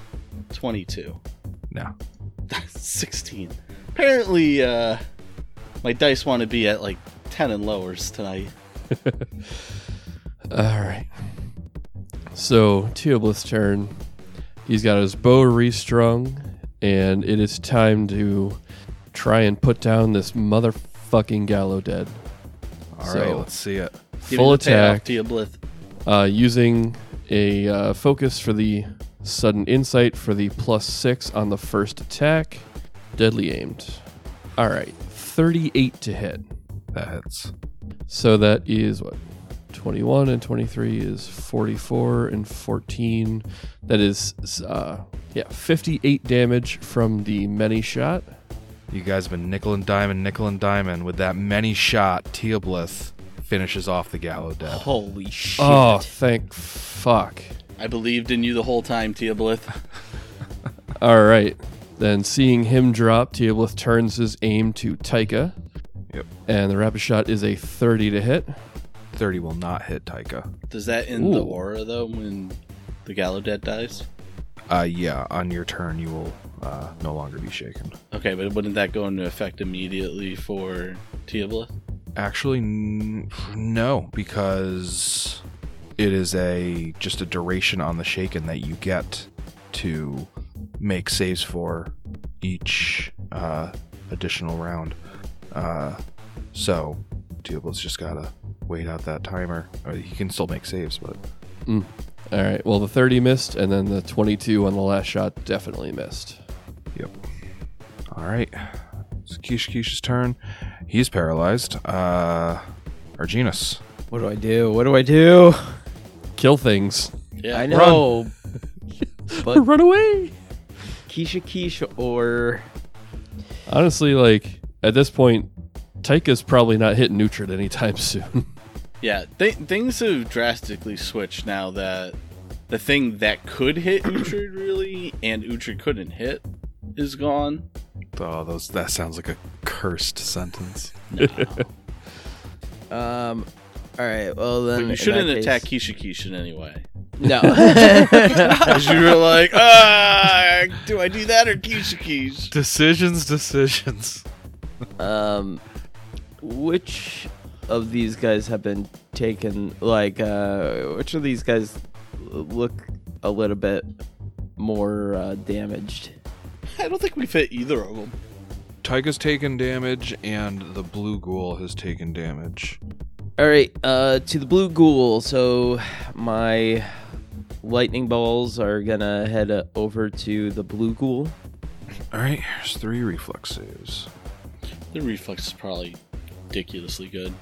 Speaker 4: 22.
Speaker 1: No.
Speaker 4: 16. Apparently, uh, my dice want to be at like 10 and lowers tonight.
Speaker 5: All right. So Teoblith's turn. He's got his bow restrung, and it is time to try and put down this motherfucking Gallo dead.
Speaker 1: All right,
Speaker 5: So-
Speaker 1: let's see it.
Speaker 4: Give me
Speaker 5: Full
Speaker 4: the payoff,
Speaker 5: attack,
Speaker 4: Teoblith.
Speaker 5: uh, using a uh, focus for the sudden insight for the plus six on the first attack. Deadly aimed. All right, 38 to hit.
Speaker 1: That hits.
Speaker 5: So that is what? 21 and 23 is 44 and 14. That is, uh, yeah, 58 damage from the many shot.
Speaker 1: You guys have been nickel and diamond, nickel and diamond. With that many shot, Teoblith finishes off the Gallo Dead.
Speaker 6: Holy shit.
Speaker 5: Oh, thank fuck.
Speaker 4: I believed in you the whole time, Teoblith.
Speaker 5: All right. Then seeing him drop, Teoblith turns his aim to Taika and the rapid shot is a 30 to hit.
Speaker 1: 30 will not hit Taika.
Speaker 4: Does that end the
Speaker 5: Ooh.
Speaker 4: aura though when the Gallaudet dies?
Speaker 1: Uh, yeah, on your turn, you will uh, no longer be shaken.
Speaker 4: Okay, but wouldn't that go into effect immediately for Tiabla?
Speaker 1: Actually, n- no, because it is a just a duration on the shaken that you get to make saves for each uh, additional round. Uh, so, Diablo's just gotta wait out that timer. Uh, He can still make saves, but
Speaker 5: All right. Well, the 30 missed, and then the 22 on the last shot definitely missed.
Speaker 1: Yep. All right. It's Kishkish's turn. He's paralyzed. Uh, Arginus.
Speaker 6: What do I do? What do I do?
Speaker 5: Kill things.
Speaker 4: Yeah,
Speaker 6: I know. But-
Speaker 5: Run away.
Speaker 6: Keisha Keisha or
Speaker 5: Honestly, like at this point, Taika's probably not hitting Neutrid anytime soon.
Speaker 4: Yeah, th- things have drastically switched now that the thing that could hit Uhtred really and Uhtred couldn't hit is gone.
Speaker 1: Oh, those that sounds like a cursed sentence.
Speaker 6: um all right, well then
Speaker 4: But you
Speaker 6: in
Speaker 4: shouldn't
Speaker 6: that
Speaker 4: attack
Speaker 6: case-
Speaker 4: Kisha Kishin anyway.
Speaker 6: No.
Speaker 4: 'Cause you were like, ah, do I do that or Kisha Kish?
Speaker 2: Decisions, decisions.
Speaker 6: Um, which of these guys have been taken? Like, uh, which of these guys l- look a little bit more uh, damaged?
Speaker 4: I don't think we've hit either of them.
Speaker 1: Tyga's taken damage, and the blue ghoul has taken damage.
Speaker 6: All right, uh, to the blue ghoul. So my lightning balls are gonna head uh, over to the blue ghoul.
Speaker 1: All right, here's three reflex saves.
Speaker 4: The reflex is probably ridiculously good.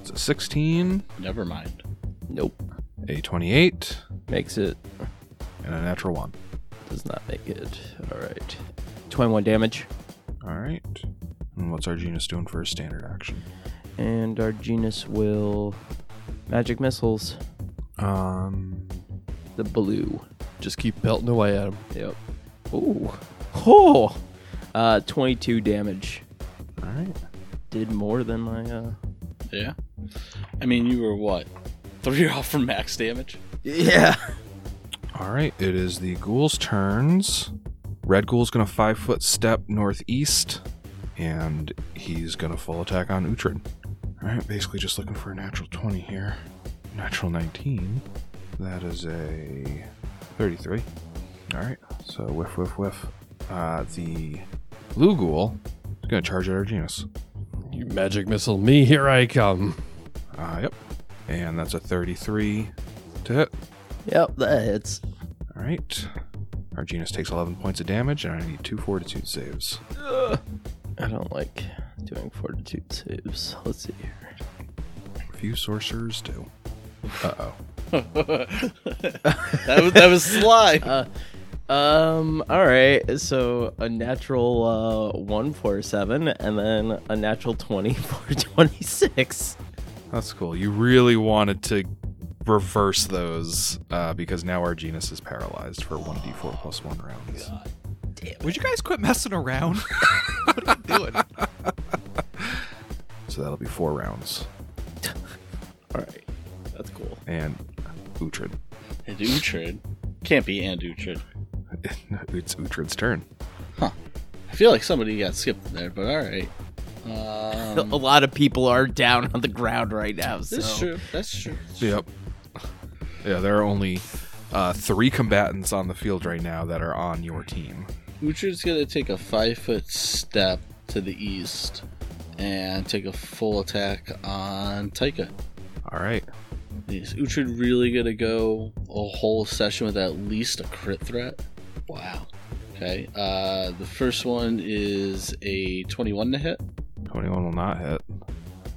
Speaker 1: It's a 16,
Speaker 4: Never mind.
Speaker 6: Nope,
Speaker 1: a 28,
Speaker 6: makes it.
Speaker 1: and a natural one.
Speaker 6: Does not make it. All right, twenty-one damage.
Speaker 1: All right. And what's Arginus doing for his standard action?
Speaker 6: And our genus will magic missiles.
Speaker 1: Um,
Speaker 6: The blue.
Speaker 5: Just keep pelting away at him.
Speaker 6: Yep. Ooh. Oh. Uh, 22 damage.
Speaker 1: all right.
Speaker 6: Did more than my. Uh...
Speaker 4: Yeah. I mean, you were what? Three off from max damage?
Speaker 6: Yeah.
Speaker 1: All right, it is the ghoul's turns. Red ghoul's gonna five foot step northeast, and he's gonna full attack on Uhtred. All right, basically just looking for a natural 20 here. Natural 19. That is a 33. All right, so whiff, whiff, whiff. Uh, the blue ghoul is gonna charge at Arginus.
Speaker 5: You magic missile me, here I come.
Speaker 1: Uh, yep. And that's a 33 to hit.
Speaker 6: Yep, that hits.
Speaker 1: All right. Arginus takes 11 points of damage, and I need two fortitude saves.
Speaker 6: I don't like doing fortitude saves. Let's see here.
Speaker 1: Few sorcerers do. Uh
Speaker 4: That was, that was sly.
Speaker 6: Um, alright, so a natural uh, 1 for 7, and then a natural 20 for 26.
Speaker 1: oh, that's cool. You really wanted to reverse those uh, because now our genus is paralyzed for 1d4 plus 1 rounds.
Speaker 2: Would you guys quit messing around? what are you doing?
Speaker 1: So that'll be 4 rounds.
Speaker 6: Alright, that's cool.
Speaker 1: And Uhtred.
Speaker 4: and Uhtred. Can't be and Uhtred.
Speaker 1: it's Uhtred's turn.
Speaker 4: I feel like somebody got skipped there, but alright. Um,
Speaker 6: a lot of people are down on the ground right now, so.
Speaker 4: That's true. That's true.
Speaker 1: Yep. Yeah, there are only uh, three combatants on the field right now that are on your team.
Speaker 4: Uhtred's gonna take a five foot step to the east and take a full attack on Taika.
Speaker 1: All right.
Speaker 4: Is Uhtred really gonna go a whole session with at least a crit threat? Wow. Okay. Uh, the first one is a 21 to hit.
Speaker 1: 21 will not hit.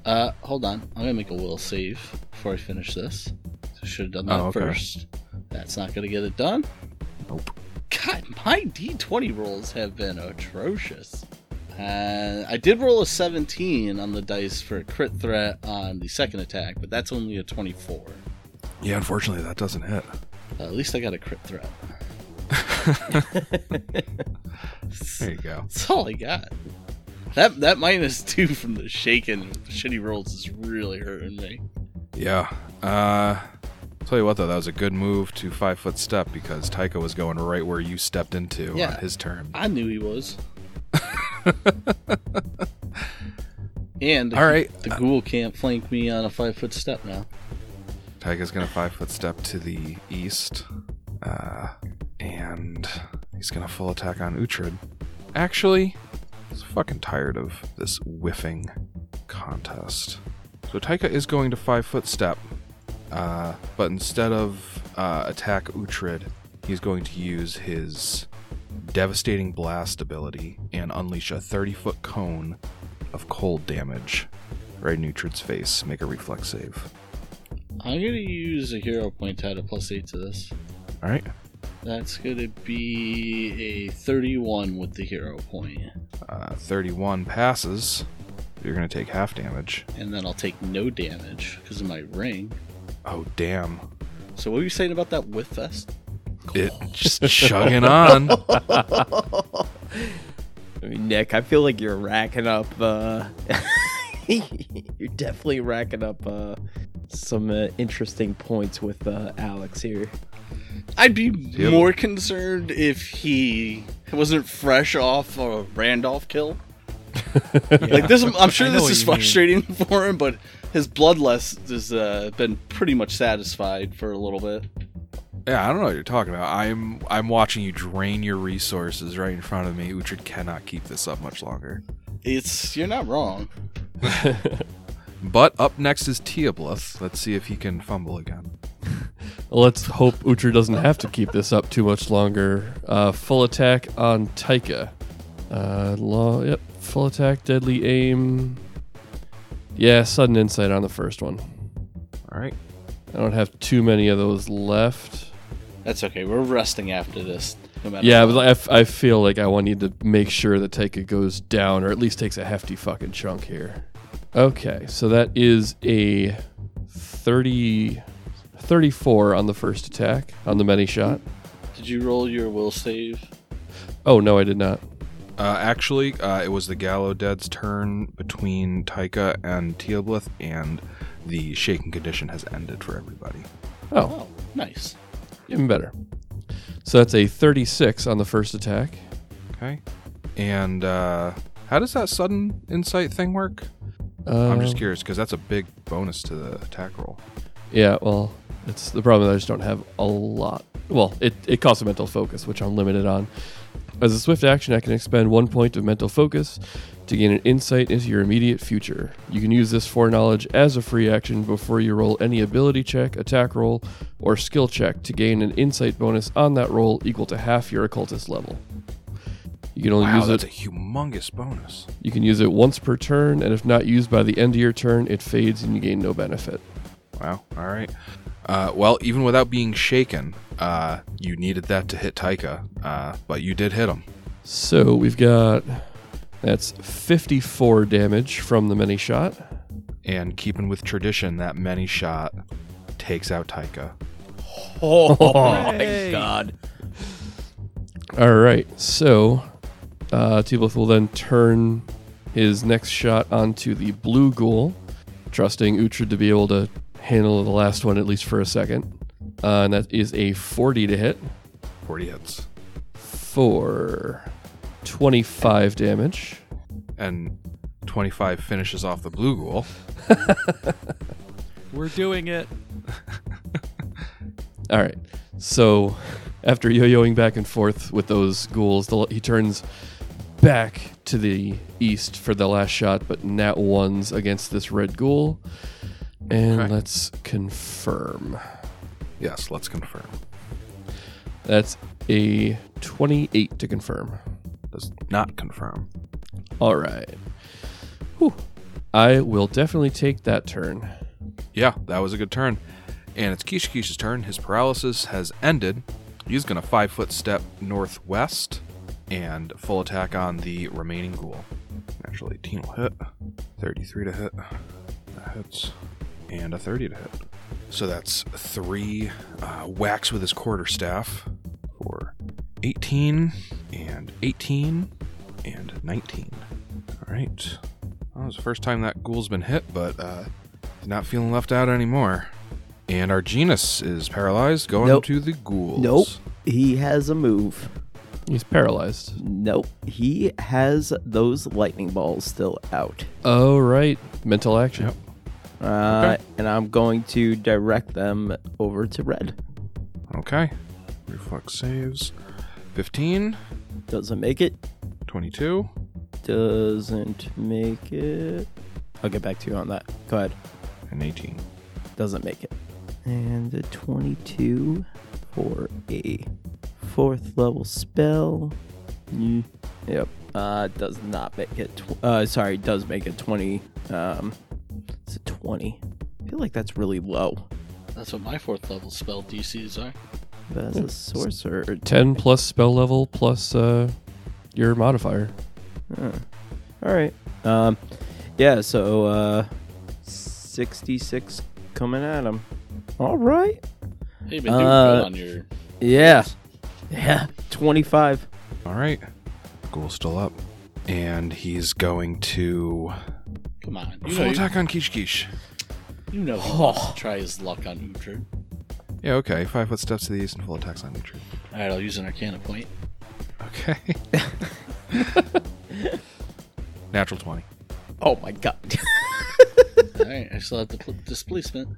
Speaker 4: Uh, hold on. I'm gonna make a will save before I finish this. I should have done that
Speaker 1: Oh, okay.
Speaker 4: first. That's not gonna get it done.
Speaker 1: Nope.
Speaker 4: God, my d20 rolls have been atrocious. Uh, I did roll a 17 on the dice for a crit threat on the second attack, but that's only a 24.
Speaker 1: Yeah, unfortunately, that doesn't hit.
Speaker 4: Uh, at least I got a crit threat.
Speaker 1: There you go.
Speaker 4: That's all I got. That that minus two from the shaking with the shitty rolls is really hurting me.
Speaker 1: Yeah. Uh, tell you what, though, that was a good move to five foot step because Taika was going right where you stepped into
Speaker 4: Yeah.
Speaker 1: on his turn.
Speaker 4: I knew he was. and
Speaker 1: All right.
Speaker 4: the ghoul can't flank me on a five foot step now.
Speaker 1: Taika's gonna five foot step to the east, uh, and he's gonna full attack on Uhtred. Actually, I was fucking tired of this whiffing contest. So Taika is going to five foot step, uh, but instead of uh, attack Uhtred, he's going to use his devastating blast ability and unleash a 30 foot cone of cold damage right in Uhtred's face. Make a reflex save.
Speaker 4: I'm gonna use a hero point to add a plus eight to this.
Speaker 1: All right.
Speaker 4: That's gonna be a 31 with the hero point,
Speaker 1: Uh, 31 passes. You're going to take half damage.
Speaker 4: and then I'll take no damage because of my ring.
Speaker 1: Oh, damn.
Speaker 4: So what were you saying about that whiff fest?
Speaker 1: It just chugging on.
Speaker 6: I mean, Nick, I feel like you're racking up. Uh, you're definitely racking up uh, some uh, interesting points with uh, Alex here.
Speaker 4: I'd be more concerned if he wasn't fresh off a Randolph kill. Like this, I'm sure
Speaker 2: I know
Speaker 4: this
Speaker 2: what
Speaker 4: is
Speaker 2: you mean.
Speaker 4: frustrating for him, but his bloodlust has uh, been pretty much satisfied for a little bit.
Speaker 1: yeah, I don't know what you're talking about. I'm I'm watching you drain your resources right in front of me. Uhtred cannot keep this up much longer.
Speaker 4: It's you're not wrong.
Speaker 1: But up next is Teoblith. Let's see if he can fumble again.
Speaker 5: Let's hope Uhtred doesn't have to keep this up too much longer. Uh, full attack on Taika. Uh, law, yep. Full attack, deadly aim. Yeah, sudden insight on the first one.
Speaker 1: All right.
Speaker 5: I don't have too many of those left.
Speaker 4: That's okay. We're resting after this. No matter
Speaker 5: Yeah,
Speaker 4: what.
Speaker 5: but I, f- I feel like I want need to make sure that Taika goes down or at least takes a hefty fucking chunk here. Okay, so that is a 30, 34 on the first attack on the many shot.
Speaker 4: did you roll your will save?
Speaker 5: Oh, no, I did not.
Speaker 1: Uh, actually, uh, it was the Gallo Dead's turn between Taika and Teoblith, and the shaking condition has ended for everybody.
Speaker 4: Oh,
Speaker 5: Oh,
Speaker 4: nice.
Speaker 5: Even better. So that's a 36 on the first attack.
Speaker 1: Okay. And uh, how does that sudden insight thing work?
Speaker 5: Uh,
Speaker 1: I'm just curious because that's a big bonus to the attack roll.
Speaker 5: Yeah, well, it's the problem that I just don't have a lot. Well, it, it costs a mental focus, which I'm limited on. As a swift action, I can expend one point of mental focus to gain an insight into your immediate future. You can use this foreknowledge as a free action before you roll any ability check, attack roll, or skill check to gain an insight bonus on that roll equal to half your occultist level. You can only
Speaker 1: Wow,
Speaker 5: use it.
Speaker 1: that's a humongous bonus.
Speaker 5: You can use it once per turn, and if not used by the end of your turn, it fades and you gain no benefit.
Speaker 1: Wow. All right. Uh, well, even without being shaken, uh, you needed that to hit Taika, uh, but you did hit him.
Speaker 5: So we've got that's 54 damage from the mini shot.
Speaker 1: And keeping with tradition, that many shot takes out Taika.
Speaker 6: Oh,
Speaker 2: Hey.
Speaker 6: my god!
Speaker 5: All right, so uh, Teeblith will then turn his next shot onto the blue ghoul, trusting Uhtred to be able to handle the last one at least for a second. Uh, and that is a 40 to hit
Speaker 1: 40 hits.
Speaker 5: for 25 damage.
Speaker 1: And 25 finishes off the blue ghoul.
Speaker 2: We're doing it.
Speaker 5: All right. So after yo-yoing back and forth with those ghouls, the, he turns back to the east for the last shot, but nat ones against this red ghoul. And
Speaker 1: Okay.
Speaker 5: let's confirm.
Speaker 1: Yes, let's confirm.
Speaker 5: That's a 28 to confirm.
Speaker 1: Does not confirm.
Speaker 5: All right. Whew. I will definitely take that turn.
Speaker 1: Yeah, that was a good turn. And it's Kishikishi's turn. His paralysis has ended. He's going to five foot step northwest and full attack on the remaining ghoul. Natural 18 will hit, 33 to hit. That hits. And a 30 to hit. So that's three uh, whacks with his quarterstaff for 18 and 18 and 19. All All right. Well, it's the first time that ghoul's been hit, but uh, he's not feeling left out anymore. And our genus is paralyzed, going
Speaker 6: Nope.
Speaker 1: to the ghouls.
Speaker 6: Nope. He has a move.
Speaker 5: He's paralyzed.
Speaker 6: Nope. He has those lightning balls still out.
Speaker 5: Oh, right. Mental action.
Speaker 1: Yep.
Speaker 6: Uh,
Speaker 1: Okay.
Speaker 6: And I'm going to direct them over to red.
Speaker 1: Okay. Reflex saves 15,
Speaker 6: Doesn't make it.
Speaker 1: 22.
Speaker 6: Doesn't make it. I'll get back to you on that. Go ahead.
Speaker 1: and 18.
Speaker 6: Doesn't make it. And a 22 for a fourth level spell. Ye- Mm, Yep. Uh, does not make it. Tw- uh, sorry, does make it 20. Um, it's a 20. I feel like that's really low.
Speaker 4: That's what my fourth level spell DCs are.
Speaker 6: But as a sorcerer,
Speaker 5: 10 plus spell level plus uh, your modifier.
Speaker 6: All right. Um, yeah. So uh, sixty-six coming at him. All right.
Speaker 4: Hey, you've been doing
Speaker 6: Uh,
Speaker 4: good on your.
Speaker 6: Yeah. Yeah. Twenty-five.
Speaker 1: All right. Ghoul's still up. And he's going to
Speaker 4: Come on, you
Speaker 1: full
Speaker 4: know,
Speaker 1: attack on Kish Kish.
Speaker 4: you know he
Speaker 2: Oh.
Speaker 4: wants to try his luck on Uhtred.
Speaker 1: Yeah, okay. Five foot steps to the east and full attacks on Utrid.
Speaker 4: All right, I'll use an Arcana point.
Speaker 1: Okay. Natural 20.
Speaker 6: Oh my god.
Speaker 4: All right, I still have the pl- displacement.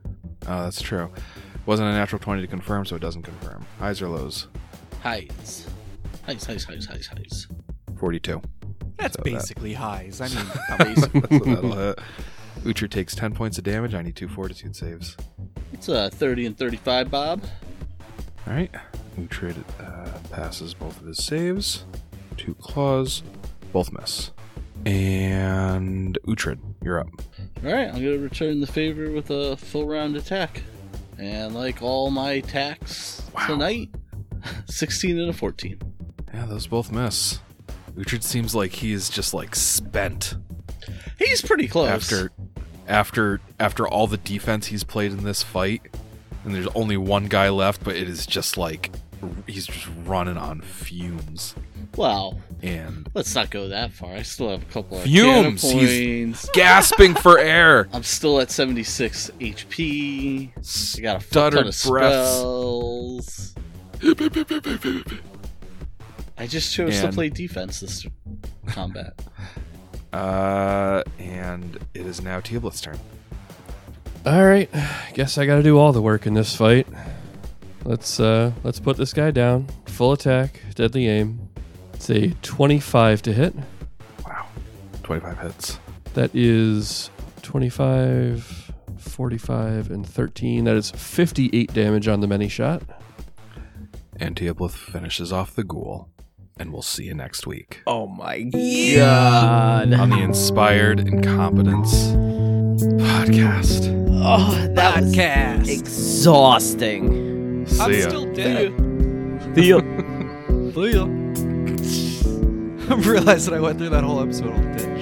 Speaker 1: Oh, that's true. Wasn't a natural 20 to confirm, so it doesn't confirm. Highs or lows?
Speaker 4: Highs, highs, highs, highs, highs, highs.
Speaker 1: 42.
Speaker 2: That's
Speaker 1: So that-
Speaker 2: basically highs. I mean,
Speaker 1: so that'll hit. Utrid takes 10 points of damage. I need two fortitude saves.
Speaker 4: It's uh, 30 and 35, Bob.
Speaker 1: All right. Utrid uh, passes both of his saves. Two claws. Both miss. And Utrid, you're up.
Speaker 4: All right, I'm gonna return the favor with a full round attack, and like all my attacks
Speaker 1: Wow.
Speaker 4: tonight, 16 and a 14.
Speaker 1: Yeah, those both miss. Utrid seems like he is just like spent
Speaker 4: He's pretty close.
Speaker 1: after after after all the defense he's played in this fight and there's only one guy left but it is just like r- he's just running on fumes
Speaker 4: wow,
Speaker 1: and
Speaker 4: let's not go that far. I still have a couple of
Speaker 1: Fumes,
Speaker 4: points.
Speaker 1: gasping for air
Speaker 4: I'm still at 76 HP. I got a fuck ton
Speaker 1: stuttered
Speaker 4: of
Speaker 1: breaths
Speaker 4: spells. I just chose to
Speaker 1: And-
Speaker 4: play defense this combat.
Speaker 1: uh and it is now Teoblet's turn
Speaker 5: All right, guess I got to do all the work in this fight. Let's uh let's put this guy down. Full attack, deadly aim. It's a 25 to hit.
Speaker 1: wow 25 hits
Speaker 5: That is 25, 45 and 13. That is 58 damage on the many shot.
Speaker 1: and Teoblet finishes off the ghoul and we'll see you next week
Speaker 6: Oh my god.
Speaker 1: on the inspired incompetence podcast
Speaker 6: Oh, that was
Speaker 2: podcast.
Speaker 6: exhausting.
Speaker 1: see
Speaker 2: I'm
Speaker 1: ya.
Speaker 2: still dead.
Speaker 6: Theo.
Speaker 2: Leo. I realized that I went through that whole episode all dead.